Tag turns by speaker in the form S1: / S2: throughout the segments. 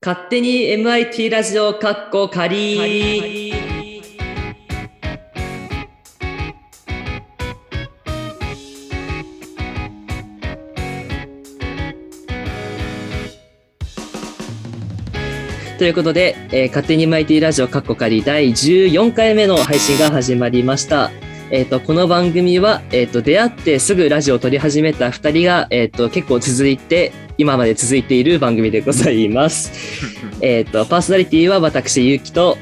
S1: 勝手に MIT ラジオかっこ仮ということで、えー勝手に MIT ラジオかっこ仮第14回目の配信が始まりました。えっとこの番組は、えっと出会ってすぐラジオを撮り始めた2人が、えっと結構続いて今まで続いている番組でございます。えっ、と、パーソナリティは私、ゆうきと、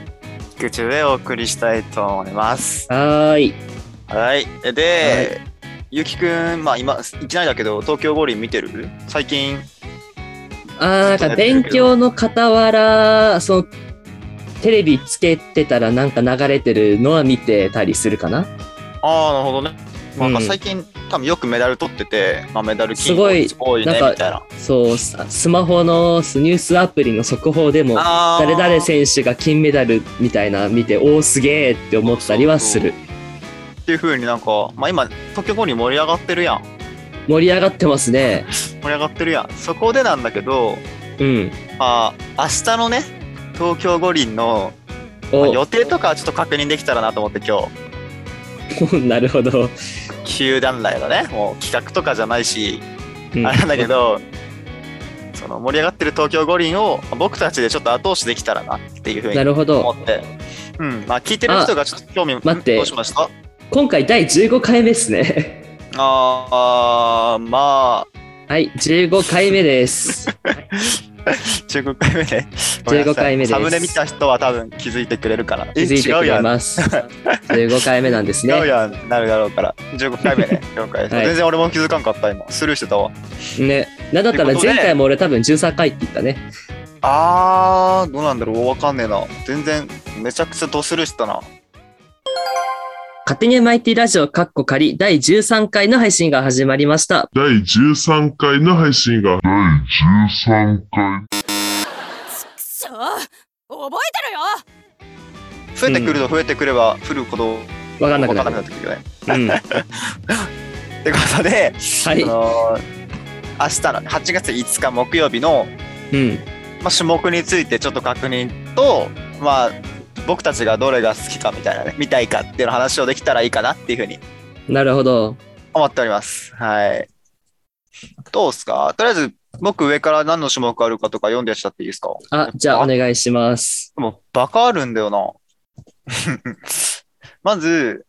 S2: 菊池でお送りしたいと思います。
S1: はーい。
S2: はい。で、ゆきくん、まあ今、いきなりだけど、東京五輪見てる最近、
S1: あーなんか勉強の傍ら、その、テレビつけてたらなんか流れてるのは見てたりするかな
S2: ああ、なるほどね。まあなん
S1: う
S2: か
S1: ん
S2: 最近、多分よくメダル取ってて、まあメダル金
S1: すごい
S2: 多いね、み
S1: なんか
S2: たいな。
S1: そう、さスマホのスニュースアプリの速報でも、
S2: あー
S1: 誰々選手が金メダルみたいな見て、おお、すげえって思ったりはする。
S2: っていう風になんか、まあ今、東京五輪盛り上がってるやん。
S1: 盛り上がってますね。
S2: 盛り上がってるやん。そこでなんだけど、
S1: うん。
S2: まあ、明日のね、東京五輪のまあ
S1: お
S2: 予、定とかはちょっと確認できたらなと思って今日、
S1: なるほど。
S2: 球団内のね、もう企画とかじゃないし、
S1: うん
S2: あれなんだけど、その盛り上がってる東京五輪を僕たちでちょっと後押しできたらなっていうふう
S1: な
S2: に
S1: るほ
S2: 思
S1: ど。
S2: って、うん、まあ聞いてる人がちょっと興味
S1: 待って
S2: どうしました
S1: 今回第15回目ですね。
S2: あー、まあ、
S1: はい、15回目です。
S2: 15回目ね。ごめんなさ
S1: 15
S2: い
S1: 回目です
S2: サムネ見た人は多分気づいてくれるから。
S1: 気づいてく
S2: え
S1: れ
S2: 違うやん。
S1: ます。15回目なんです
S2: 違う
S1: ね。
S2: やん、なるだろうから。15回目ね。了解です
S1: はい
S2: 全然俺も気づかんかった、今。スルーしてたわ。
S1: ね。なんだったら前回も俺多分13回って言ったね。
S2: あー、どうなんだろうわかんねえな。全然、めちゃくちゃドスルーしてたな。
S1: 勝手に MIT ラジオカッコ仮第13回の配信が始まりました。
S3: 第13回の配信が第13回
S4: くそ覚えてろよ
S2: 増えてくると増えてくれば、降るほど
S1: わかんなく
S2: 分か
S1: なんる
S2: なくな。ってくるよね。
S1: うん。は
S2: ってことで、
S1: い
S2: あ。のー明日の8月5日木曜日の、
S1: うん。
S2: まあ、種目についてちょっと確認と、まあ、僕たちがどれが好きかみたいなね、見たいかっていうの話をできたらいいかなっていうふうに
S1: なるほど。
S2: 思っております。はい。どうですかとりあえず、僕上から何の種目あるかとか読んでらっしゃっていいですか
S1: あ、じゃあお願いします。
S2: でも、バカあるんだよな。 まず、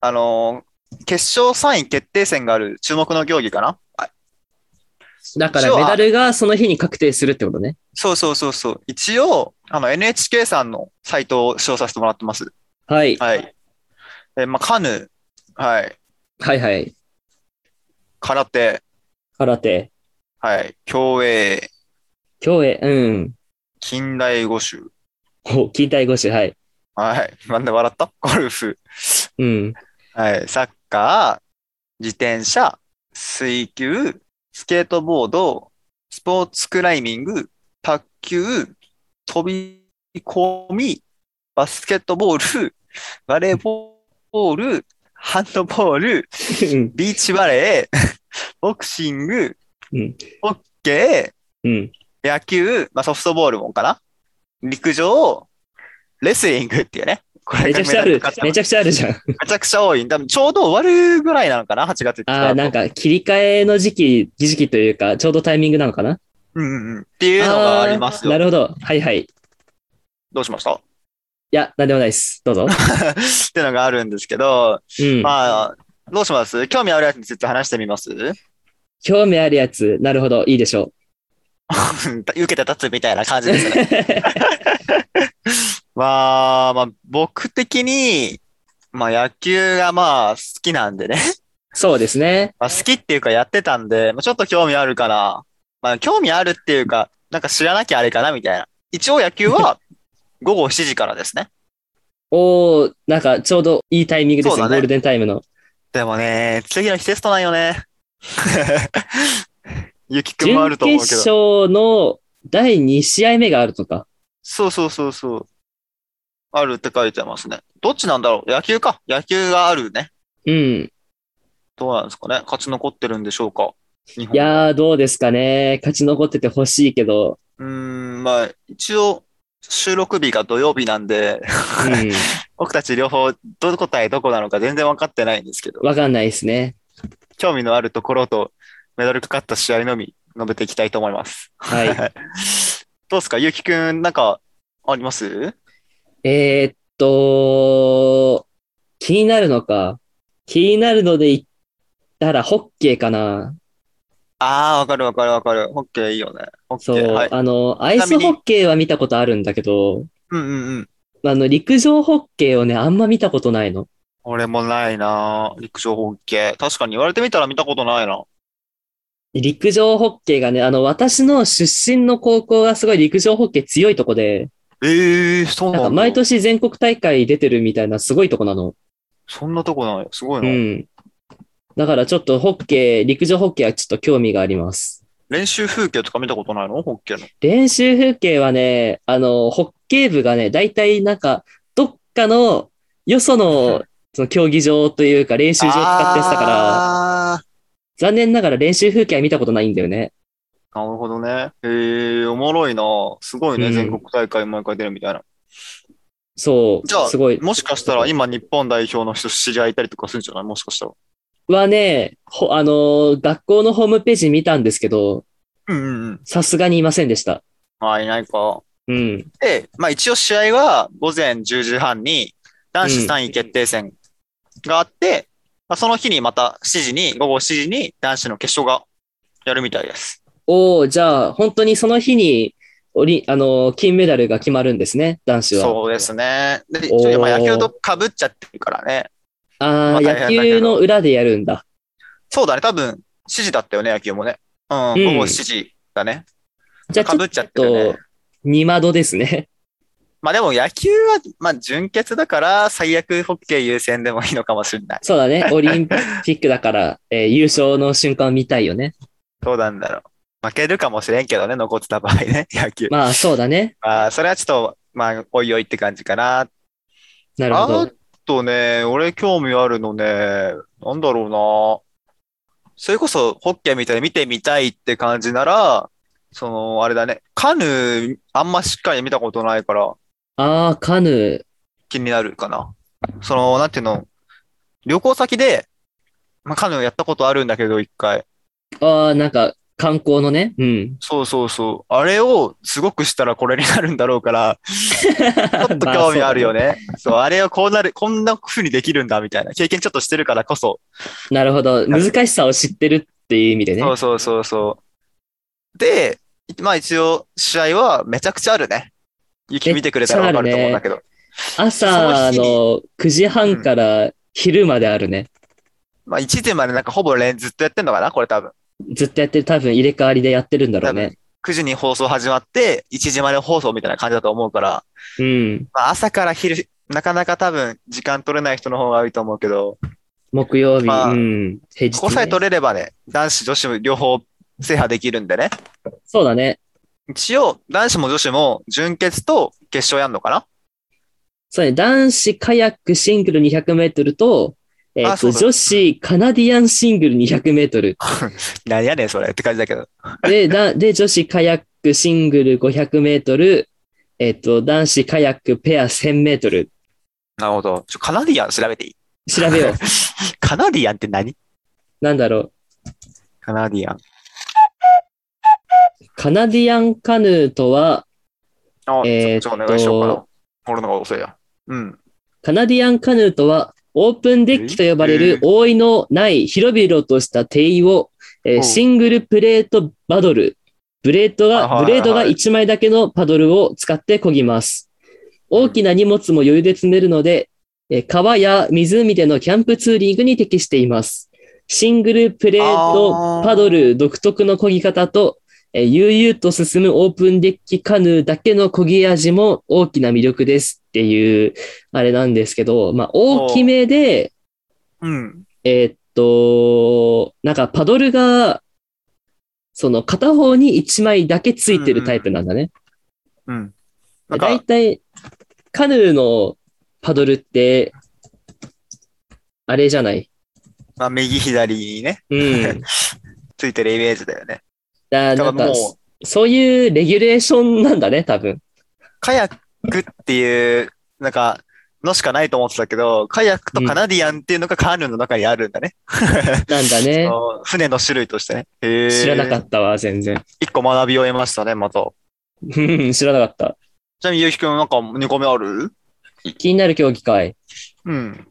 S2: あのー決勝3位決定戦がある注目の競技かなあ
S1: だか
S2: 一
S1: ら
S2: 応
S1: メダルがその日に確定するってことね。
S2: そうそうそうそう。一応、あの、NHK さんのサイトを使用させてもらってます。
S1: はい。
S2: はい。え、まあ、カヌー、はい、
S1: はいはい。
S2: 空手、
S1: 空手。
S2: はい、競泳、
S1: 競泳。うん。
S2: 近代五種、
S1: お、近代五種。はい。
S2: はい、なんで笑ったゴルフ、
S1: うん。
S2: はい、サッカー、自転車、水球、スケートボード、スポーツクライミング、卓球、飛び込み、バスケットボール、バレーボール、ハンドボール、
S1: うん
S2: ビーチバレー、ボクシング、
S1: うん
S2: ホッケ
S1: うん。
S2: ー、野球、まあ、ソフトボールもかな陸上、レスリングっていうね。これ
S1: めちゃ
S2: が
S1: くちゃある
S2: メダルか。
S1: めちゃくちゃあるじゃん。
S2: めちゃくちゃ多い。多分ちょうど終わるぐらいなのかな ?8 月5日だ
S1: あ
S2: と
S1: あ、なんか切り替えの時期、時期というか、ちょうどタイミングなのかなっ
S2: うんうんうん。って
S1: て
S2: いうのがあります
S1: な
S2: よ。
S1: るほど。はいはい。い
S2: どうしましたっ
S1: や、なんでもないです。 どうぞ。
S2: ていうのがあるんですけど、
S1: うん。
S2: まあ、どうします興味あるやつについて話してみます
S1: 興味あるやつ、なるほど。いいでしょ
S2: 受けて立つみたいな感
S1: う。
S2: じですね。 まあ、まあ、僕的に、まあ野球がまあ好きなんでね。
S1: そうですね。
S2: まあ好きっていうかやってたんで、まあ、ちょっと興味あるかな。まあ興味あるっていうか、なんか知らなきゃあれかなみたいな。一応野球は午後7時からですね。
S1: おー、なんかちょうどいいタイミングです
S2: そう
S1: ね。
S2: だね
S1: ゴールデンタイムの。
S2: でもね、次の日テストなんよ ね。ゆきくん
S1: 準
S2: もあると
S1: 決
S2: 思うけど。
S1: 勝の第2試合目があるとか。
S2: そうそうそうそう。あるって書いてますね。どっちなんだろう野球か。野球があるね。
S1: うん。
S2: どうなんですかね勝ち残ってるんでしょうか日本
S1: いやー、どうですかね。勝ち残っててほしいけど、
S2: うーん、まあ、一応、収録日が土曜日なんで、 僕たち両方、どこ対どこなのか全然分かってないんですけど
S1: うん。、わかんないですね。
S2: 興味のあるところと、メダルかかった試合のみ、述べていきたいと思います。
S1: はい。
S2: どうですかゆうきくん、なんか、あります
S1: えーっと、気になるのか。気になるので言ったら、ホッケーかな。
S2: ああ、わかるわかるわかる。ホッケーいいよね。ホッ
S1: そう、
S2: ケー。はい。
S1: あの、アイスホッケーは見たことあるんだけど、
S2: うんうんうん。
S1: あの、陸上ホッケーをね、あんま見たことないの。
S2: 俺もないな陸上ホッケー。確かに言われてみたら見たことないな。
S1: 陸上ホッケーがね、あの、私の出身の高校がすごい陸上ホッケー強いとこで、
S2: ええー、そう
S1: な
S2: なん
S1: か
S2: んだ。
S1: 毎年全国大会出てるみたいなすごいとこなの。
S2: そんなとこない。すごいうな。
S1: ん。だからちょっとホッケー、陸上ホッケーはちょっと興味があります。
S2: 練習風景とか見たことないのホッケーの。
S1: 練習風景はね、あの、ホッケー部がね、大体なんか、どっかの、よその、その競技場というか練習場を使ってやってたから、
S2: あ
S1: 残念ながら練習風景は見たことないんだよね。
S2: ーなるほどね。ええー、おもろいなすごいね、
S1: うん
S2: 全国大会毎回出るみたいな。
S1: そう。
S2: じゃあ
S1: すごい。
S2: もしかしたら今日本代表の人知り合いいたりとかするんじゃないもしかしたら。
S1: はね、ほあのー学校のホームページ見たんですけど、
S2: うんうんうん。
S1: さすがにいませんでした。
S2: まあ、いないか。
S1: うん。
S2: で、まあ一応試合は午前10時半に男子3位決定戦があって、まあ、その日にまた7時に、午後7時に男子の決勝がやるみたいです。
S1: おおじゃあ、本当にその日に、オリ、あのー金メダルが決まるんですね、男子は。
S2: そうですね。で、
S1: おー
S2: ちょっとまあ野球と被っちゃってるからね。
S1: ああ、
S2: まあ大変だ
S1: 野
S2: けど
S1: 球の裏でやるんだ。
S2: そうだね、多分7時だったよね、野球もね。うん、午
S1: ん
S2: 後7時だね。
S1: じゃあ、
S2: かぶっち
S1: ち
S2: ゃ
S1: ょ
S2: っ
S1: って
S2: るね
S1: と、二窓ですね。
S2: まあでも野球は、まあ準決だから最悪ホッケー優先でもいいのかもしれない。
S1: そうだね。オリンピックだから、えー優勝の瞬間を見たいよね。
S2: どうなんだろう。負けるかもしれんけどね、残ってた場合ね、野球。
S1: まあ、そうだね。
S2: まあ、それはちょっと、まあ、おいおいって感じかな。
S1: なるほ
S2: あ
S1: ど。
S2: とね、俺興味あるのね、なんだろうな。それこそ、ホッケーみたいに見てみたいって感じなら、その、あれだね、カヌー、あんましっかり見たことないから、
S1: ああ、カヌー。
S2: 気になるかな。その、なんていうの、旅行先で、まあ、カヌーやったことあるんだけど、一回。
S1: ああ、なんか、観光のね。うん。
S2: そうそうそう。あれを、すごくしたらこれになるんだろうから、ち ょっと興味あるよ
S1: ね。
S2: ね。そう、あれはこうなる、こんな風にできるんだみたいな経験ちょっとしてるからこそ。
S1: なるほど。難しさを知ってるっていう意味でね
S2: そ。うそうそうそう。で、まあ一応試合はめちゃくちゃあるね。雪見てくれたらわかると思うんだけど。
S1: 朝
S2: そ
S1: の9時半から昼まであるね。
S2: まあ1時までなんかほぼ連ずっとやってんのかなこれ多分。
S1: ずっとやってる、多分入れ替わりでやってるんだろうね。
S2: 9時に放送始まって、1時まで放送みたいな感じだと思うから、
S1: うん。
S2: まあ朝から昼、なかなか多分時間取れない人の方が多いと思うけど、
S1: 木曜日、
S2: まあ
S1: うん。平日、
S2: ここさえ
S1: ね。
S2: 取れればね、男子女子も両方制覇できるんでね。
S1: そうだね。
S2: 一応、男子も女子も準決と決勝やんのかな
S1: そうね。男子カヤックシングル200メートルと、えっ、
S2: あそ
S1: と、
S2: うだ
S1: 女子カナディアンシングル200メートル。
S2: 何やねん、それって感じだけど。
S1: で、だで、女子カヤックシングル500メートル、えっ、と、男子カヤックペア1000メートル。
S2: なるほど。ちょ、カナディアン調べていい
S1: 調べよ う。
S2: カナディアンって何
S1: なんだろう。
S2: カナディアン。
S1: カナディアンカヌーとは、
S2: あ、
S1: えーっ
S2: ち
S1: と
S2: ょっとお願いしようかな。俺の方が遅いや。うん。
S1: カナディアンカヌーとは、オープンデッキと呼ばれ
S2: え
S1: る
S2: ー
S1: 覆いのない広々とした艇を、えー
S2: うん
S1: シングルプレートバドル、ブレード
S2: あはい
S1: が、
S2: はい
S1: ブレードが1枚だけのパドルを使って漕ぎます。大きな荷物も余裕で積めるので、えー川や湖でのキャンプツーリングに適しています。シングルプレー
S2: あ
S1: ト
S2: ー
S1: パドル独特の漕ぎ方と、えー悠々と進むオープンデッキカヌーだけの漕ぎ味も大きな魅力ですっていう、あれなんですけど、まあ、大きめで、
S2: うん。
S1: えーっと、なんかパドルが、その片方に1枚だけついてるタイプなんだね。
S2: うん。な
S1: だ
S2: ん
S1: いた
S2: か、
S1: いカヌーのパドルって、あれじゃない。
S2: まあ、右左にね、
S1: うん。
S2: ついてるイメージだよね。
S1: だ
S2: だか
S1: な
S2: ら
S1: んか、
S2: も
S1: そういうレギュレーションなんだね、多分。
S2: カヤックっていう、なんか、のしかないと思ってたけど、カヤックとカナディアンっていうのがカヌーの中にあるんだね。
S1: なんだね
S2: そ。の船の種類としてね。へー
S1: 知らなかったわ、全然。
S2: 一個学びを得ましたね、また。
S1: うん知らなかった。
S2: ちなみに、ゆうきくん、なんか2個目ある
S1: 気になる競技かい。
S2: うん。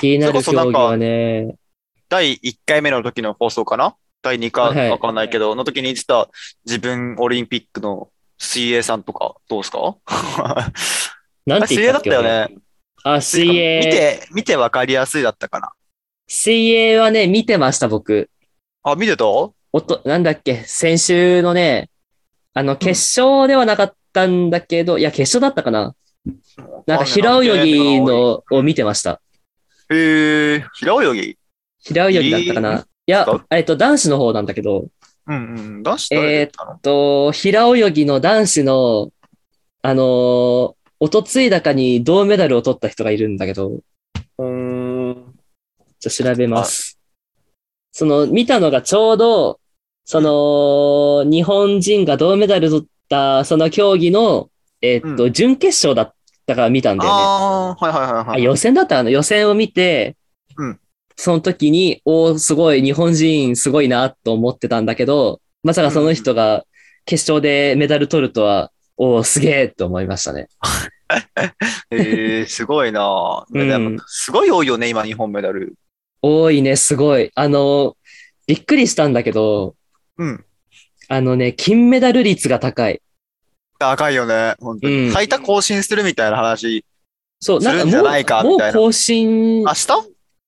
S1: 気になる
S2: それこそな
S1: 競
S2: ん
S1: 技
S2: か
S1: はね、
S2: 第1回目の時の放送かな第2
S1: はいはい
S2: 回わかんないけど、の時に言ってた自分オリンピックの水泳さんとか、どうですか
S1: なんて
S2: 水
S1: 言
S2: 泳
S1: った
S2: だ
S1: っ
S2: っ
S1: け
S2: たよね。
S1: 俺あ、水
S2: 見
S1: 泳。
S2: て、見てわかりやすいだったかな。
S1: 水泳はね、見てました、僕。
S2: あ、見てた
S1: おと、なんだっけ、先週のね、あの、決勝ではなかったんだけど、いや、決勝だったかななんか平泳ぎ。のを見てました。
S2: へえー、平泳ぎ
S1: 平泳ぎだったかな。いや、えっと、男子の方なんだけど、
S2: うんうん。出したら出たの、
S1: えっと、平泳ぎの男子の、あのーおとついだかに銅メダルを取った人がいるんだけど、
S2: うーん。
S1: ちょっと調べます。その、見たのがちょうど、その、日本人が銅メダル取った、その競技の、えっと、
S2: う
S1: 準決勝だったから見たんだよね。
S2: ああ、はいはいはい
S1: あ
S2: はい。
S1: 予選だったの予選を見て、
S2: うん
S1: その時に、おーすごい、日本人すごいなと思ってたんだけど、まさかその人が決勝でメダル取るとは、おーすげえと思いましたね。
S2: えー、すごいな、
S1: うん
S2: でもすごい多いよね、今、日本メダル。
S1: 多いね、すごい。あの、びっくりしたんだけど、
S2: うん。
S1: あのね、金メダル率が高い。
S2: 高いよね、本当に。
S1: うん
S2: 最多更新するみたいな話。
S1: そう、なん
S2: す
S1: か
S2: るんじゃないか
S1: もう
S2: みたいな
S1: もう更新
S2: 明日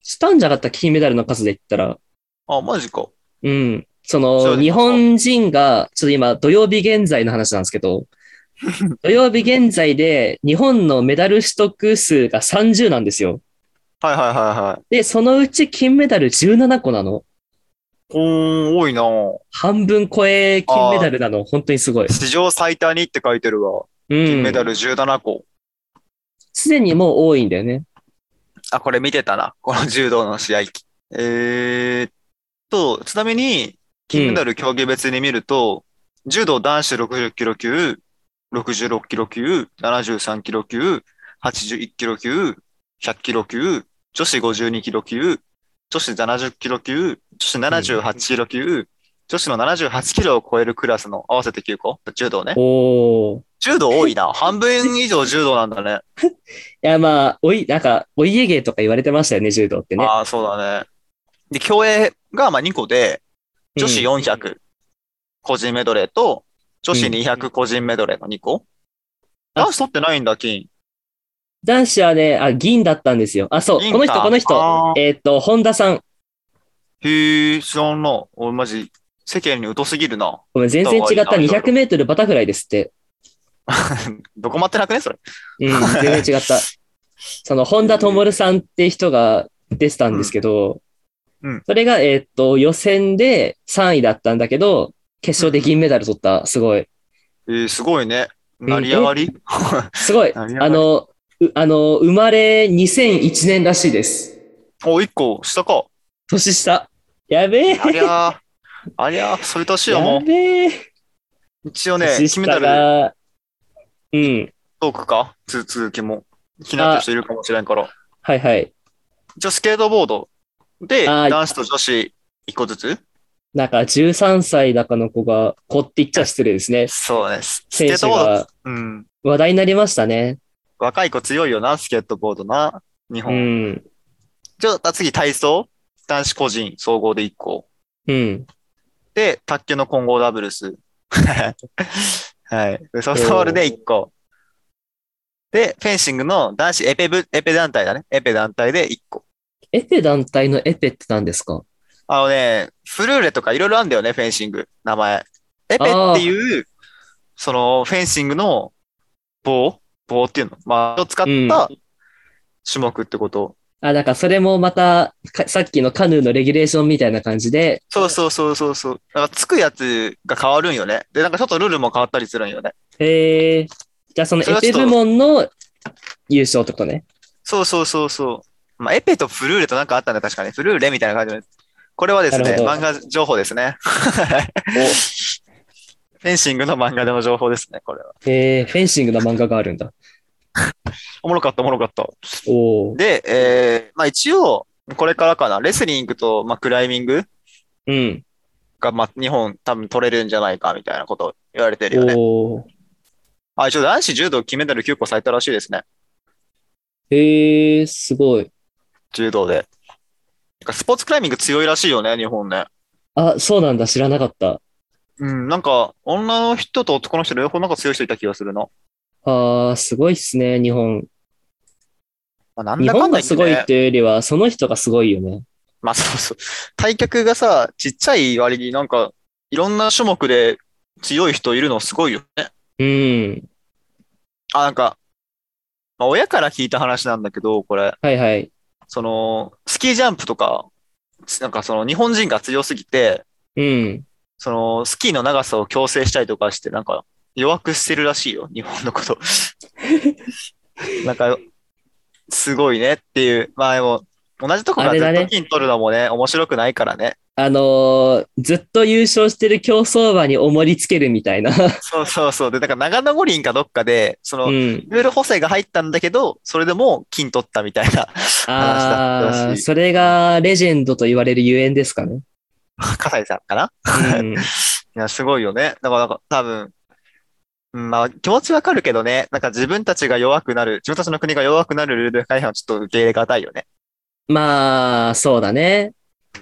S1: したんじゃなかった金メダルの数で言ったら。
S2: あ、マジか。
S1: うん。そ
S2: そう
S1: の、
S2: です
S1: 日本人が、ちょっと今、土曜日現在の話なんですけ ど、土曜日現在で日本のメダル取得数が30なんですよ。
S2: はいはいはいはい。
S1: で、そのうち金メダル17個なの。
S2: おー、多いな
S1: 半分超え金メダルなの。本当にすごい。
S2: 史上最多にって書いてるわ。
S1: うん
S2: 金メダ。ル17個。
S1: すでにもう多いんだよね。
S2: あ、これ見てたな。 この柔道の試合。えーっと、ちなみに、金メダル競技別に見ると、柔道男子60キロ級、66キロ級、73キロ級、81キロ級、100キロ級、女子52キロ級、女子70キロ級、女子78キロ級、女子の78キロを超えるクラスの合わせて9個、柔道ね。
S1: おー。
S2: 柔道多いな。半分以上柔道なんだね。
S1: いや、まあ、おい、なんか、お家芸とか言われてましたよね、柔道ってね。
S2: ああ、そうだね。で、競泳がまあ2個で、女子400個人メドレーと、女子200個人メドレーの2個。
S1: あ
S2: 男子取ってないんだ、金。
S1: 男子はね、あ、銀だったんですよ。あ、そう、
S2: 銀
S1: この人、
S2: か
S1: この人
S2: あ。
S1: えーっと、本田さん。
S2: へえ、知らんな。俺マジ、世間に疎すぎるな。
S1: ごめん、全然違った。
S2: いいな
S1: 200メートルバタフライですって。
S2: どこ待ってなくね、それ。
S1: うん、全然違った。その、本田灯さんって人が出てたんですけど、
S2: うんうん
S1: それが、えーっと、予選で3位だったんだけど、決勝で銀メダル取った。すごい。
S2: えー、すごいね。
S1: ん
S2: 成り上がり
S1: すごい。
S2: 成り上が
S1: あ
S2: り
S1: の、うあの、生まれ2001年らしいです。
S2: お、1個下か。
S1: 年下。やべえ。
S2: ありゃー、 ありゃー、それ年は
S1: や
S2: も
S1: べえ。
S2: う、一応ね、
S1: 年
S2: 金メダ
S1: 下
S2: ル
S1: が、うん。
S2: トークか、つ続きも。気になってる人いるかもしれんから。
S1: はいはい。
S2: 一応スケートボードで、
S1: あー
S2: 男子と女子一個ずつ
S1: なんか13歳だかの子が、子って言っちゃ失礼ですね。
S2: そうです。ス
S1: 選
S2: ケート
S1: 手
S2: ボー
S1: が
S2: ド、うん。
S1: 話題になりましたね。
S2: 若い子強いよな、スケートボードな、日
S1: う
S2: 本。
S1: ん。
S2: じゃあ次、体操、男子個人、総合で一個。
S1: うん。
S2: で、卓球の混合ダブルス。 はい。でソフトボールで一個。で、フェンシングの男子エペブ、エペ団体だね。エペ団体で一個。
S1: エペ団体のエペって何ですか
S2: あのね、フルーレとかいろいろあるんだよね、フェンシング。名前。エペっていう、その、フェンシングの棒棒っていうのまあ、を使った種目ってこと。
S1: あ、なんかそれもまた、かさっきのカヌーのレギュレーションみたいな感じで、
S2: そうそうそうそうそう。なんかつくやつが変わるんよね。で、なんかちょっとルールも変わったりするんよね。
S1: えー、じゃあその
S2: それ
S1: エ
S2: はち
S1: ペ
S2: ょっと
S1: 部門の優勝ってことね。
S2: そうそうそうそう。まあ、エペとフルーレとなんかあったんだ、確かに。フルーレみたいな感じのこれはです
S1: な
S2: ね、
S1: るほど
S2: 漫画情報ですね。
S1: お
S2: フェンシングの漫画での情報ですね、これは。
S1: えー、フェンシングの漫画があるんだ。
S2: おもろかった、おもろかった。
S1: おー。
S2: で、えー、まあ一応、これからかな、レスリングと、まあ、クライミング
S1: うん。
S2: が、まあ、日本多分取れるんじゃないか、みたいなこと言われてるよね。
S1: おー。
S2: あ、一応男子柔道金メダル9個最多らしいですね。
S1: えー、すごい。
S2: 柔道で。なんかスポーツクライミング強いらしいよね、日本ね。
S1: あ、そうなんだ。知らなかった。
S2: うん、なんか、女の人と男の人両方なんか強い人いた気がするの。
S1: あー、すごいっすね、日本。
S2: まあ、なん
S1: 日
S2: だか
S1: 本
S2: ん
S1: が
S2: だ言って、
S1: す
S2: ね、
S1: ごいっていうよりは、その人がすごいよね。
S2: まあそうそう。対局がさ、ちっちゃい割になんか、いろんな種目で強い人いるのすごいよね。
S1: うん。
S2: あ、なんか、まあ、親から聞いた話なんだけど、これ、
S1: はいはい。
S2: その、スキージャンプとか、なんかその日本人が強すぎて、
S1: うん。
S2: そのスキーの長さを強制したりとかして、なんか弱くしてるらしいよ、日 本のこと。なんか、すごいねっていう。まあでも、同じとこか
S1: あれだ
S2: らず
S1: ね
S2: っと金取るのもね、面白くないからね。
S1: あのーずっと優勝してる競走馬に重りつけるみたいな。
S2: そうそうそう。で、なんか長野五輪かどっかで、その、
S1: うん。
S2: ルール補正が入ったんだけど、それでも金取ったみたいな 話 だ
S1: あ
S2: った
S1: ー、
S2: らしい。
S1: それがレジェンドと言われるゆえんですかね。
S2: 笠井さんかな
S1: うん。
S2: いや、すごいよね。だからなんか多分、うんまあ気持ちわかるけどね、なんか自分たちが弱くなる、自分たちの国が弱くなるルール改変はちょっと受け入れがたいよね。
S1: まあ、そうだね。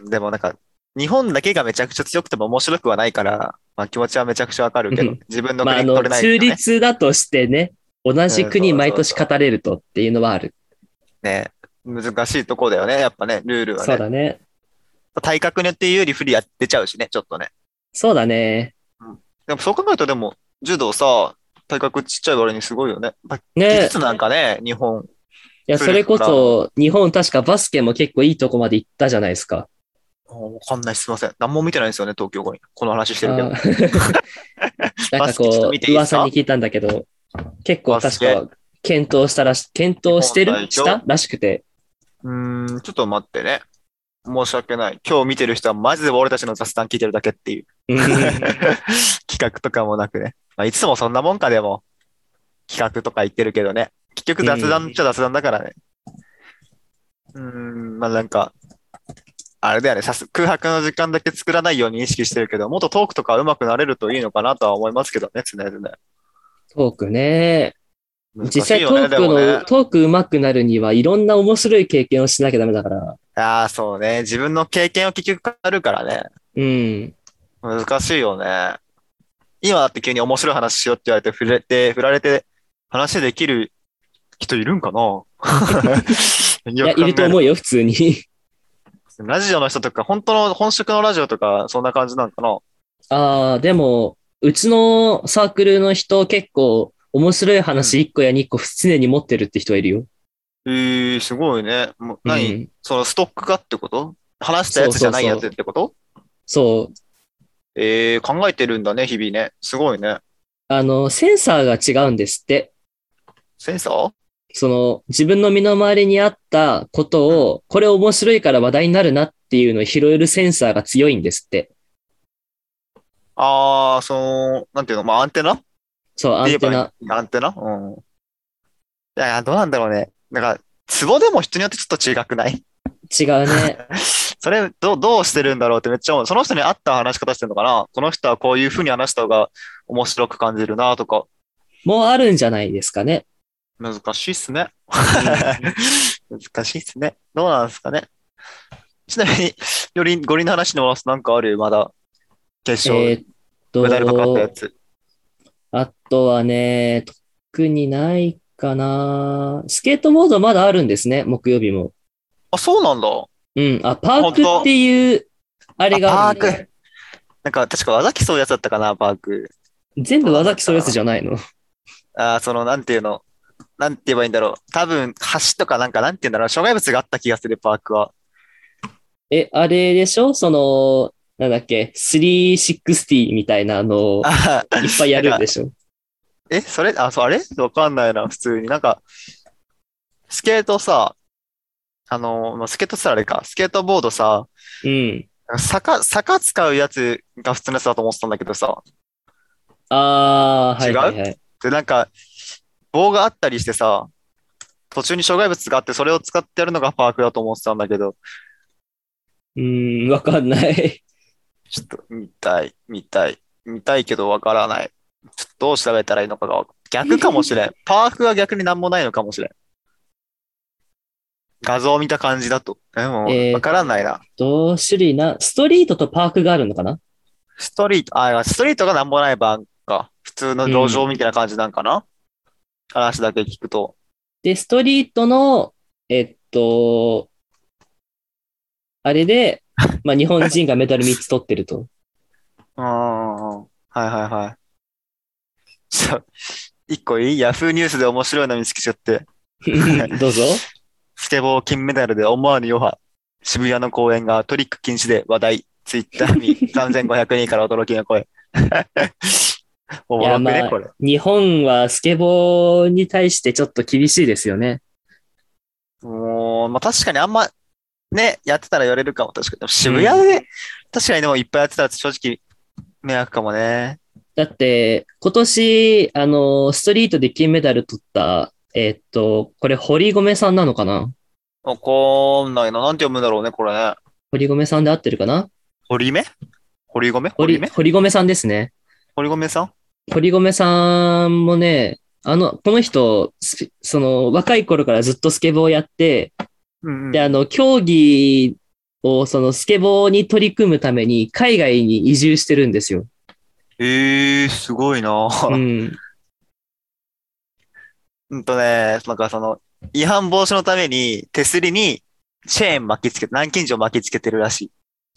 S2: でもなんか、日本だけがめちゃくちゃ強くても面白くはないから、まあ気持ちはめちゃくちゃわかるけ
S1: う
S2: ど
S1: ん、
S2: 自分の
S1: まあ、あ
S2: 国
S1: の
S2: 取れ、ない
S1: 中
S2: よね。
S1: 立だとしてね、同じ国毎年語れるとっていうのはある。
S2: ね難しいとこだよね、やっぱね、ルールは
S1: そう
S2: ね。
S1: だね。
S2: 体格によって有利不利やってちゃうしね、ちょっとね。
S1: そうだね。
S2: でもそう考えるとでも、柔道さ、体格ちっちゃい割にすごいよね。まあ技
S1: ね
S2: 術なんかね、日本。
S1: いや、それこそ、日本確かバスケも結構いいとこまで行ったじゃないですか。
S2: わかんない、すいません。何も見てないんですよね、東京五輪。この話 してるけ
S1: あ
S2: ど。
S1: ーなんか
S2: バスケちょっ
S1: こと
S2: 見て
S1: う、
S2: いいですか
S1: 噂に聞いたんだけど、結構
S2: バ
S1: 確
S2: スケ
S1: か検討したらし、検討して
S2: 日本
S1: る
S2: 代表
S1: したらしくて。
S2: うーん、ちょっと待ってね。申し訳ない。今日見てる人はマジで俺たちの雑談聞いてるだけっていう。
S1: う ん
S2: 企画とかもなくね。まあ、いつもそんなもんかでも、企画とか言ってるけどね。結局雑談っちゃ雑談だからね。うーん、まあなんか、あれだよね。さす、空白の時間だけ作らないように意識してるけど、もっとトークとか上手くなれるといいのかなとは思いますけどね、常々ね。
S1: トークね。
S2: 難
S1: 実
S2: しい
S1: 際ト
S2: よね、
S1: ー
S2: で
S1: ク
S2: も
S1: の、
S2: ね。
S1: トーク上手くなるには、いろんな面白い経験をしなきゃダメだから。
S2: ああ、そうね。自分の経験を結局語るからね。
S1: うん。
S2: 難しいよね。今だって急に面白い話しようって言われて、振れて、振られて、話できる人いる んかない
S1: いや、いると思うよ、普通に。
S2: ラジオの人とか、本当の、本職のラジオとか、そんな感じなんかな
S1: ああ、でも、うちのサークルの人結構面白い話1個や2個常に持ってるって人いるよ。
S2: ええー、すごいね。もう
S1: うん
S2: 何、そのストックがってこと話したやつじゃないやつってこと
S1: そう。
S2: ええー、考えてるんだね、日々ね。すごいね。
S1: あの、センサーが違うんですって。
S2: センサー
S1: その、自分の身の回りにあったことを、これ面白いから話題になるなっていうのを拾えるセンサーが強いんですって。
S2: ああ、その、なんていうの、まあ、アンテナ
S1: そう、アンテナ。
S2: アンテナうん。いや、どうなんだろうね。なんか、ツボでも人によってちょっと違くない
S1: 違うね。
S2: それ、どう、どうしてるんだろうってめっちゃ思う。その人に合った話し方してるのかなこの人はこういう風に話した方が面白く感じるなとか。
S1: もうあるんじゃないですかね。
S2: 難しいっすね。 難しいっすね。どうなんですかね。ちなみに、より、五輪の話に戻すとなんかあるまだ、決勝、
S1: えーっと、
S2: メダルかかったやつ。
S1: あとはね、特にないかな。スケートボードまだあるんですね、木曜日も。
S2: あ、そうなんだ。
S1: うん、あ、パークっていう、あれがあるんだ
S2: あパークなんか、確か技競うやつだったかな、パーク。
S1: 全部技競うやつじゃないの。
S2: あーその、なんていうの、なんて言えばいいんだろう。多分、橋とかなんか、なんて言うんだろう。障害物があった気がする、パークは。
S1: え、あれでしょその、なんだっけ、360みたいなのをいっ
S2: あー
S1: ぱいやるんでしょ
S2: え、それ、あ、そう、あれわかんないな、普通に。なんか、スケートさ、あの、まあスケートさ、あれか、スケートボードさ、
S1: うん。
S2: 坂、坂使うやつが普通のやつだと思ってたんだけどさ、
S1: ああ、はいはいはい。
S2: で、なんか、棒があったりしてさ、途中に障害物があって、それを使ってやるのがパークだと思ってたんだけど、
S1: うーん、わかんない。
S2: ちょっと見たい、見たい、見たいけどわからない。ちょっとどう調べたらいいのかがわ、逆かもし れん。パークは逆になんもないのかもしれん。画像を見た感じだと。でも、
S1: えー
S2: わからないな。
S1: ど種類な、ストリートとパークがあるのかな
S2: ストリート、あ、ストリートがなんもない版か。普通の路上みたいな感じなんかな、話だけ聞くと。
S1: で、ストリートの、えっと、あれで、まあ、日本人がメダル3つ取ってると。
S2: うーん。はいはいはい。ちょ、一個いいヤフーニュースで面白いの見つけちゃって。
S1: どうぞ。
S2: スケボー金メダルで思わぬ余波。渋谷の公園がトリック禁止で話題。ツイッターに3500人から驚きの声。 おもろく
S1: いやま
S2: ね
S1: あ、
S2: これ。
S1: 日本はスケボーに対してちょっと厳しいですよね。
S2: もう、まあ確かにあんま、ね、やってたら言われるかも。確かに。でも渋谷で、確かにでもいっぱいやってたら正直、迷惑かもね。
S1: だって、今年、あの、ストリートで金メダル取った、えっと、これ、堀米さんなのかな
S2: わかんないな。なんて読むんだろうね、これね。
S1: 堀米さんで合ってるかな
S2: 堀目堀米堀
S1: 堀
S2: 目
S1: 堀米さんですね。
S2: 堀米さん
S1: 堀米さんもね、あの、この人、スピその、若い頃からずっとスケボーをやって、
S2: うんうん
S1: で、あの、競技を、その、スケボーに取り組むために、海外に移住してるんですよ。
S2: ええー、すごいな。
S1: うん。
S2: うんとね、なんかその、違反防止のために、手すりにチェーン巻きつけて、南京錠巻きつけてるらしい。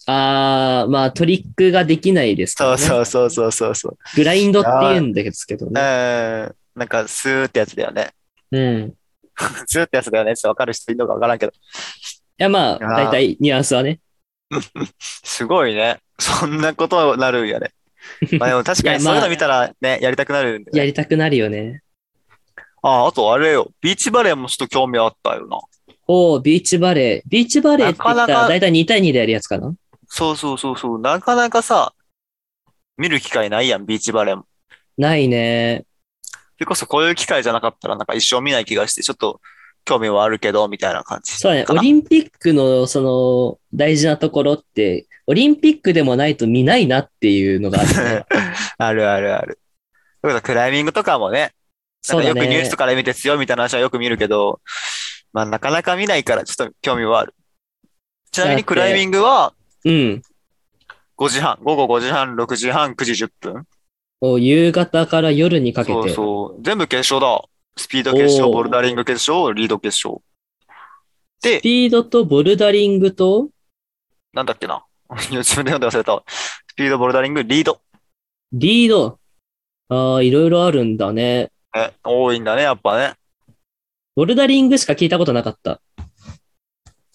S1: あー、まあ、トリックができないですから
S2: そう
S1: ね。
S2: そうそうそうそうそう。
S1: グラインドって言うんですけど
S2: うん。
S1: ね。
S2: なんか、スーってやつだよね。
S1: うん。い
S2: スーってやつだよね。ちょっとわかる人いるのかわからんけど。
S1: や、まあ、
S2: あー
S1: 大体ニュアンスはね。
S2: すごいね。そんなことになるんやね。まあでも確
S1: い
S2: かに
S1: や
S2: そ
S1: まあ
S2: ういうの見たらね、やりたくなるんで、
S1: や
S2: ね。
S1: りたくなるよね。
S2: あ、あとあれよ。ビーチバレーもちょっと興味あったよな。
S1: おー、ビーチバレー。ビーチバレーって言った、
S2: なからなか
S1: 大体2対2でやるやつかな
S2: そうそうそうそう。なかなかさ、見る機会ないやん、ビーチバレーも。
S1: ないね。
S2: それこそこういう機会じゃなかったら、なんか一生見ない気がして、ちょっと興味はあるけど、みたいな感じ。
S1: そうだね。
S2: か
S1: オ
S2: な
S1: リンピックの、その、大事なところって、オリンピックでもないと見ないなっていうのがある ね。
S2: あるあるある。それこそクライミングとかもね、なん
S1: そう
S2: か
S1: だ
S2: よくニュース
S1: ね
S2: と。かで見て強いみたいな話はよく見るけど、まあなかなか見ないからちょっと興味はある。ちなみ
S1: だっ
S2: に
S1: て
S2: クライミングは
S1: うん。
S2: 5時半、午後5時半、6時半、9時10分。
S1: もう夕方から夜にかけ
S2: そう
S1: て。
S2: そう。全部決勝だ。スピード決勝、
S1: おー
S2: ボルダリング決勝、リード決勝。で
S1: ス、ピードとボルダリングと
S2: なんだっけな。 自分で読んで忘れたわ。スピード、ボルダリング、リード。
S1: リード。ああ、いろいろあるんだね。
S2: え、多いんだね、やっぱね。
S1: ボルダリングしか聞いたことなかった。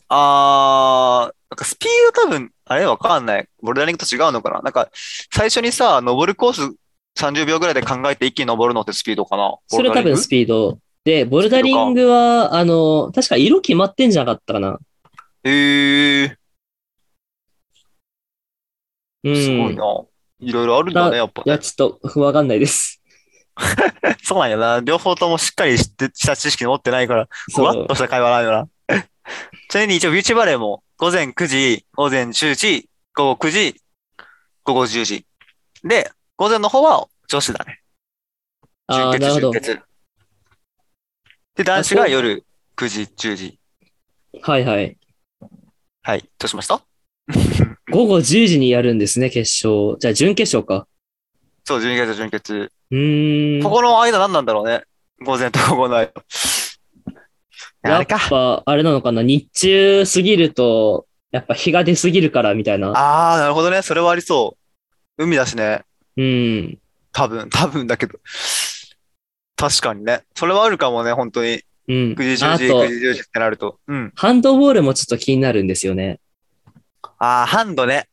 S2: あー、なんかスピード多分、あれわかんない。ボルダリングと違うのかななんか、最初にさ、登るコース30秒ぐらいで考えて一気に登るのってスピードかな
S1: それ多
S2: ボルダリン
S1: 分
S2: グ
S1: スピード。で、ボルダリングは、あの、確か色決まってんじゃなかったかな。
S2: へー、
S1: う
S2: すごい
S1: ん。
S2: な。いろいろあるんだね、やっぱ
S1: いや、
S2: ね。
S1: ちょっと、わかんないです。
S2: そうなんやな。両方ともしっかり知って、した知識持ってないから、ふわっとした会話なんよ な。ちなみに一応ビーチバレーも、午前9時、午前10時、午後9時、午後10時。で、午前の方は女子だね。
S1: ああ、
S2: 純
S1: なる
S2: 血、
S1: ほど
S2: 純。血。で、男子が夜9時、10時。
S1: はいはい。
S2: はい。どうしました
S1: 午後10時にやるんですね、決勝。じゃあ、準決勝か。
S2: そう、12月、準決。
S1: うーん。
S2: ここの間何なんだろうね。午前と午後の間。
S1: や
S2: あ
S1: っ
S2: れか。
S1: ぱ、あれなのかな。日中過ぎると、やっぱ日が出すぎるから、みたいな。
S2: あー、なるほどね。それはありそう。海だしね。
S1: うん。
S2: 多分、多分だけど。確かにね。それはあるかもね、本当に。
S1: うん。
S2: 9時、10
S1: あ
S2: 時、9
S1: と、
S2: 時、10時ってなると。うん。
S1: ハンドボールもちょっと気になるんですよね。
S2: あー、ハンドね。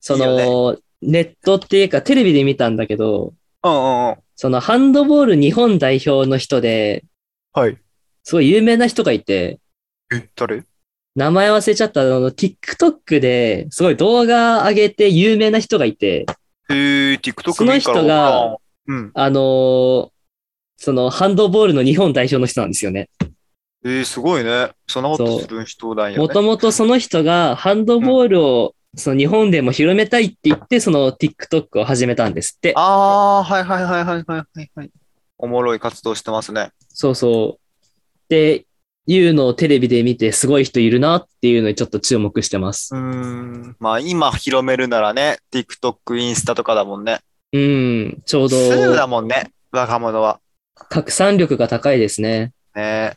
S1: そ
S2: いい
S1: の、ネットっていうか、テレビで見たんだけど、
S2: うんうんうん。
S1: そのハンドボール日本代表の人で、
S2: はい。
S1: すごい有名な人がいて、
S2: え、誰
S1: 名前忘れちゃった、あの、TikTok ですごい動画上げて有名な人がいて、
S2: えー、TikTok
S1: その人が
S2: 見るからわからん、うん。
S1: あのーそのハンドボールの日本代表の人なんですよね。
S2: えー、すごいね。そんなことする人なんやね。
S1: もともとその人がハンドボールをその日本でも広めたいって言って、その TikTok を始めたんですって。
S2: ああ、はいはいはいはいはいはいはい。おもろい活動してますね。
S1: そうそう。っていうのをテレビで見て、すごい人いるなっていうのにちょっと注目してます
S2: う。ーん。まあ今広めるならね、TikTok、インスタとかだもんね。
S1: うん、ちょうど
S2: すぐだもんね、若者は。
S1: 拡散力が高いですね。
S2: ね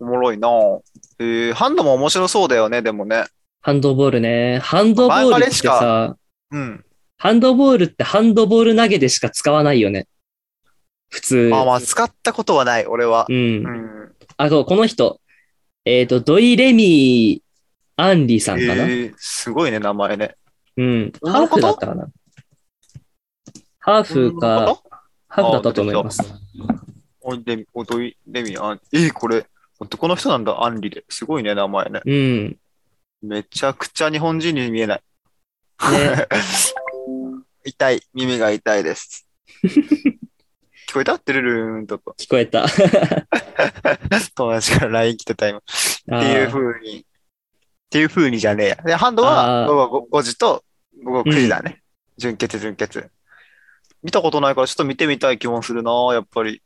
S2: おもろいなぁえー、ハンドも面白そうだよね、でもね。
S1: ハンドボールね。ハンドボールって
S2: 前
S1: さ、
S2: うん。
S1: ハンドボールってハンドボール投げでしか使わないよね。普通。
S2: まあまあ、使ったことはない、俺は
S1: う。。
S2: うんん。
S1: あ、そう、この人。えっ、と、ドイ・レミー・アンリさ
S2: え
S1: んかな。
S2: ー、すごいね、名前ね。
S1: うん。
S2: 女
S1: ハー
S2: の子
S1: フ
S2: と
S1: だったかな。ハーフ
S2: 女の
S1: か、
S2: 子と
S1: ハーフだったと思います。
S2: おいレミ、おどい、レミ、あん、えー、これ、男の人なんだ、アンリで。すごいね、名前ね。
S1: うん。
S2: めちゃくちゃ日本人に見えない。
S1: ね
S2: 痛い、耳が痛いです。 聞こえ たてるるーんとか。
S1: 聞こえた。
S2: 友達から LINE 来てた今。っていうふうに。っていうふうにじゃねえや。で、ハンド
S1: あ
S2: は
S1: ー
S2: 午後5時と午後9時だね。準決、準決。見たことないからちょっと見てみたい気もするなやっぱり。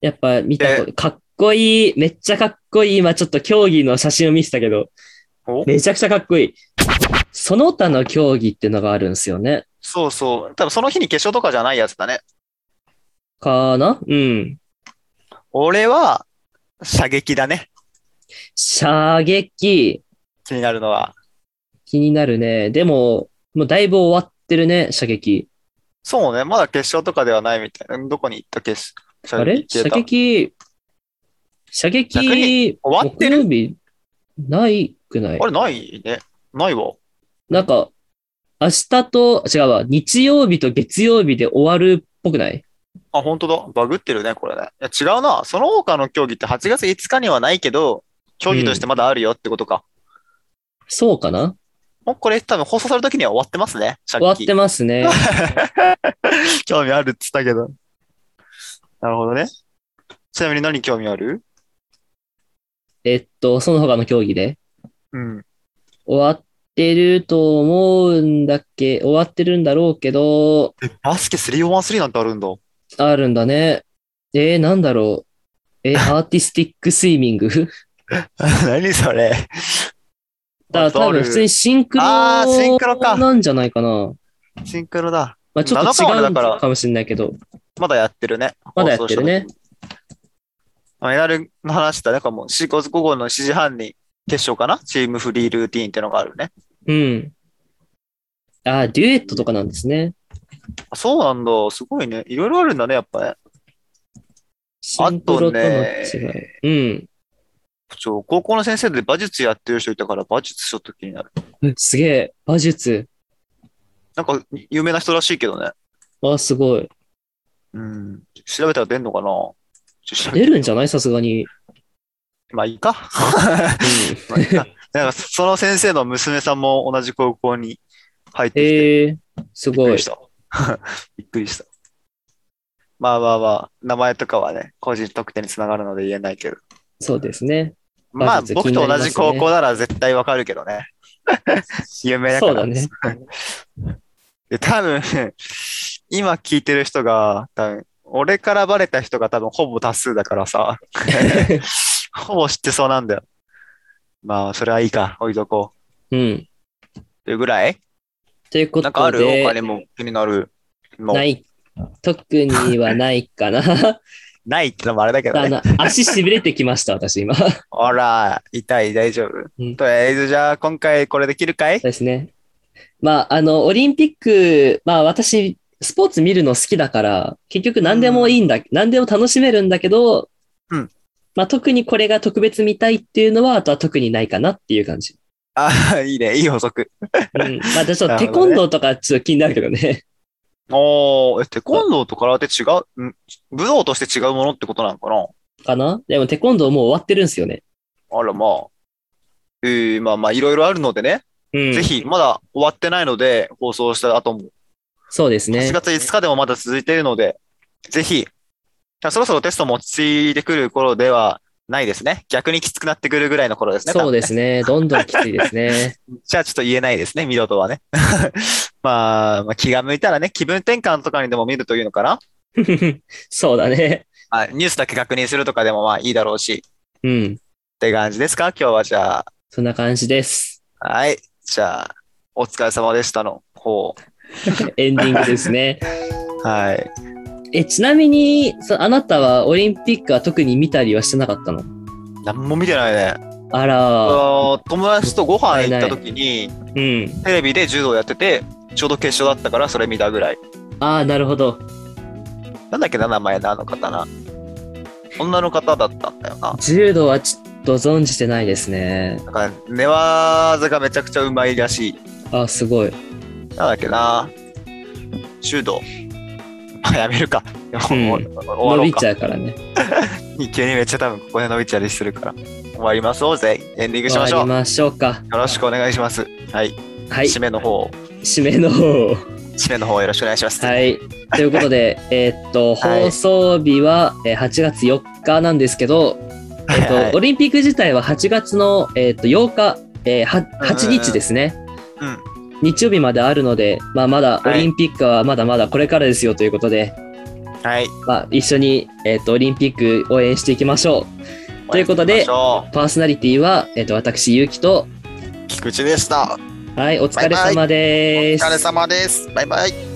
S1: やっぱ見たこと、かっこいい、めっちゃかっこいい。今ちょっと競技の写真を見せたけど、
S2: お
S1: めちゃくちゃかっこいい。その他の競技ってのがあるんですよね。
S2: そうそう。多分その日に決勝とかじゃないやつだね。
S1: かなうん。
S2: 俺は、射撃だね。
S1: 射撃、
S2: 気になるのは。
S1: 気になるね。でも、もうだいぶ終わってるね、射撃。
S2: そうね。まだ決勝とかではないみたいな。どこに行った決勝
S1: あれ射
S2: 消えた
S1: 撃、射
S2: 逆
S1: 撃、
S2: 終わって
S1: 木
S2: る
S1: 曜日ないくない
S2: あれないね。ないわ。
S1: なんか、明日と、違うわ、日曜日と月曜日で終わるっぽくない
S2: あ、本当だ。バグってるね、これね。いや、違うな。その他の競技って8月5日にはないけど、競技としてまだあるよってことか。
S1: そうかな
S2: もうこれ多分放送される時には終わってますね。さっ
S1: 終わっ
S2: き
S1: てます ね。
S2: 興味あるって言ったけど。なるほどね。ちなみに何興味ある
S1: えっと、その他の競技で。
S2: うん。
S1: 終わってると思うんだっけ終わってるんだろうけど、
S2: え、バスケ3on3 なんてあるんだ。
S1: あるんだね。えー、なんだろう。え ーアーティスティックスイミング
S2: 何それ。
S1: だから多
S2: あとある
S1: 分普通にシンクロ
S2: あーシンクロか
S1: なんじゃないかな。
S2: シンクロだ。
S1: まあちょっと
S2: 七日まで
S1: 違う
S2: だから
S1: かもしれないけど。
S2: まだやってるね。
S1: まだやってるね
S2: 放送した時。メダルの話だね。これもうし午後の7時半に決勝かなチームフリールーティーンってのがあるね。
S1: うん。あーデュエットとかなんですね。
S2: あそうなんだ。すごいね。いろいろあるんだね、やっぱね。
S1: シンクロとの違い。
S2: そう高校の先生で馬術やってる人いたから、馬術ちょっと気になる。
S1: うん。すげえ。馬術。
S2: なんか、有名な人らしいけどね。
S1: あー、すごい。
S2: うん。調べたら出んのかなちょ
S1: 出るんじゃないさすがに。
S2: まあいいか。
S1: うん。
S2: まあいい か。なんか、その先生の娘さんも同じ高校に入ってきて、
S1: えー、す
S2: びっ
S1: ご
S2: く
S1: い
S2: りし。た。 びっくりした。まあまあまあ、名前とかはね、個人特典につながるので言えないけど。
S1: そうですね。
S2: ま
S1: 馬
S2: あ、
S1: 術
S2: 僕
S1: 気に
S2: と
S1: な
S2: 同
S1: ります
S2: じ
S1: ね
S2: 高校なら絶対わかるけどね。有名だか
S1: そ
S2: ら。
S1: うだね。
S2: で、多分、今聞いてる人が、多分、俺からバレた人が多分ほぼ多数だか らさ、ほぼ知ってそうなんだよ。まあ、それはいいか、置いとこ
S1: うん。
S2: う。というぐらい
S1: ということ
S2: なんかあるお
S1: で、
S2: 金も気になる。もう
S1: な、い、特にはないか な。
S2: ないってのもあれだけど
S1: あ
S2: ね。
S1: の足しびれてきました、私今。そう
S2: あら、痛い、大丈夫。
S1: うん
S2: とりあえず、じゃあ、今回これできる かい
S1: ですね。まあ、あの、オリンピック、まあ私、スポーツ見るの好きだから、結局何でもいいんだ、何でも楽しめるんだけど、
S2: うん
S1: まあ特にこれが特別見たいっていうのは、あとは特にないかなっていう感じ。
S2: あ、いいね、いい補足。
S1: うん。まあ、ちょっと
S2: な
S1: テ
S2: る
S1: コ
S2: ほどね
S1: ンドーとかちょっと気になるけどね。
S2: おー、え、テコンドーと空手違う、ん武道として違うものってことなのかな
S1: かなでもテコンドーもう終わってるんですよね。
S2: あらまあ。えー、まあまあ、いろいろあるのでね。
S1: うん、
S2: ぜひ、まだ終わってないので、放送した後も。
S1: そうですね
S2: 8。月5日でもまだ続いているので、ぜひ、そろそろテストも落ち着いてくる頃ではないですね。逆にきつくなってくるぐらいの頃ですね。
S1: そう
S2: で
S1: です ね。どんどんきついですね。
S2: じゃあちょっと言えないですね、ミドとはね。 まあ、まあ気が向いたらね、気分転換とかにでも見るというのかな。
S1: そうだね。
S2: はいニュースだけ確認するとかでもまあいいだろうし。
S1: うん。
S2: って感じですか今日はじゃあ。
S1: そんな感じです。
S2: はい。じゃあ、お疲れ様でしたの方。
S1: エンディングですね。
S2: はい。
S1: え、ちなみに、そあなたはオリンピックは特に見たりはしてなかったの
S2: 何も見てないね。
S1: あ
S2: あ
S1: ら、
S2: の友達とご飯行った時に、
S1: うん。
S2: テレビで柔道やってて、ちょうど決勝だったからそれ見たぐらい。
S1: ああ、なるほど。
S2: なんだっけな、名前のあの方な。女の方だったんだよな。
S1: 柔道はちょっと存じてないですね。
S2: なんか、寝技がめちゃくちゃうまいらしい。
S1: あーすごい。
S2: なんだっけな。柔道。 あ、やめるか。
S1: ん
S2: もう終わ
S1: 伸
S2: ろう
S1: び
S2: か
S1: ち。ゃうからね。
S2: 急にめっちゃ多分ここで伸びちゃりするから。終わりましょうぜ。エンディングし
S1: 終
S2: ま
S1: わ
S2: しょ
S1: り
S2: う。
S1: ましょうか。
S2: よろしくお願いします。はい。
S1: はい。
S2: 締めの方、
S1: 締めの方を。
S2: 締めの方よろしくお願いします。
S1: はい。ということで、 えーっと、
S2: はい
S1: 放送日はえー8月4日なんですけど、
S2: はい
S1: えっと
S2: はい
S1: オリンピック自体は8月の、えっと8日、えーは8日ですね、
S2: うん
S1: 日曜日まであるので、まあ、まだオ
S2: はい
S1: リンピックはまだまだこれからですよということで、
S2: はい。
S1: まあ、一緒に、えっとオリンピック応援していきましょう。ということで、
S2: お会いしましょ
S1: パーソナリティは、えっと私、ゆうきと、
S2: う菊池でした。
S1: はい、お疲れ様で
S2: お
S1: す。
S2: 疲れ様です。バイバイ。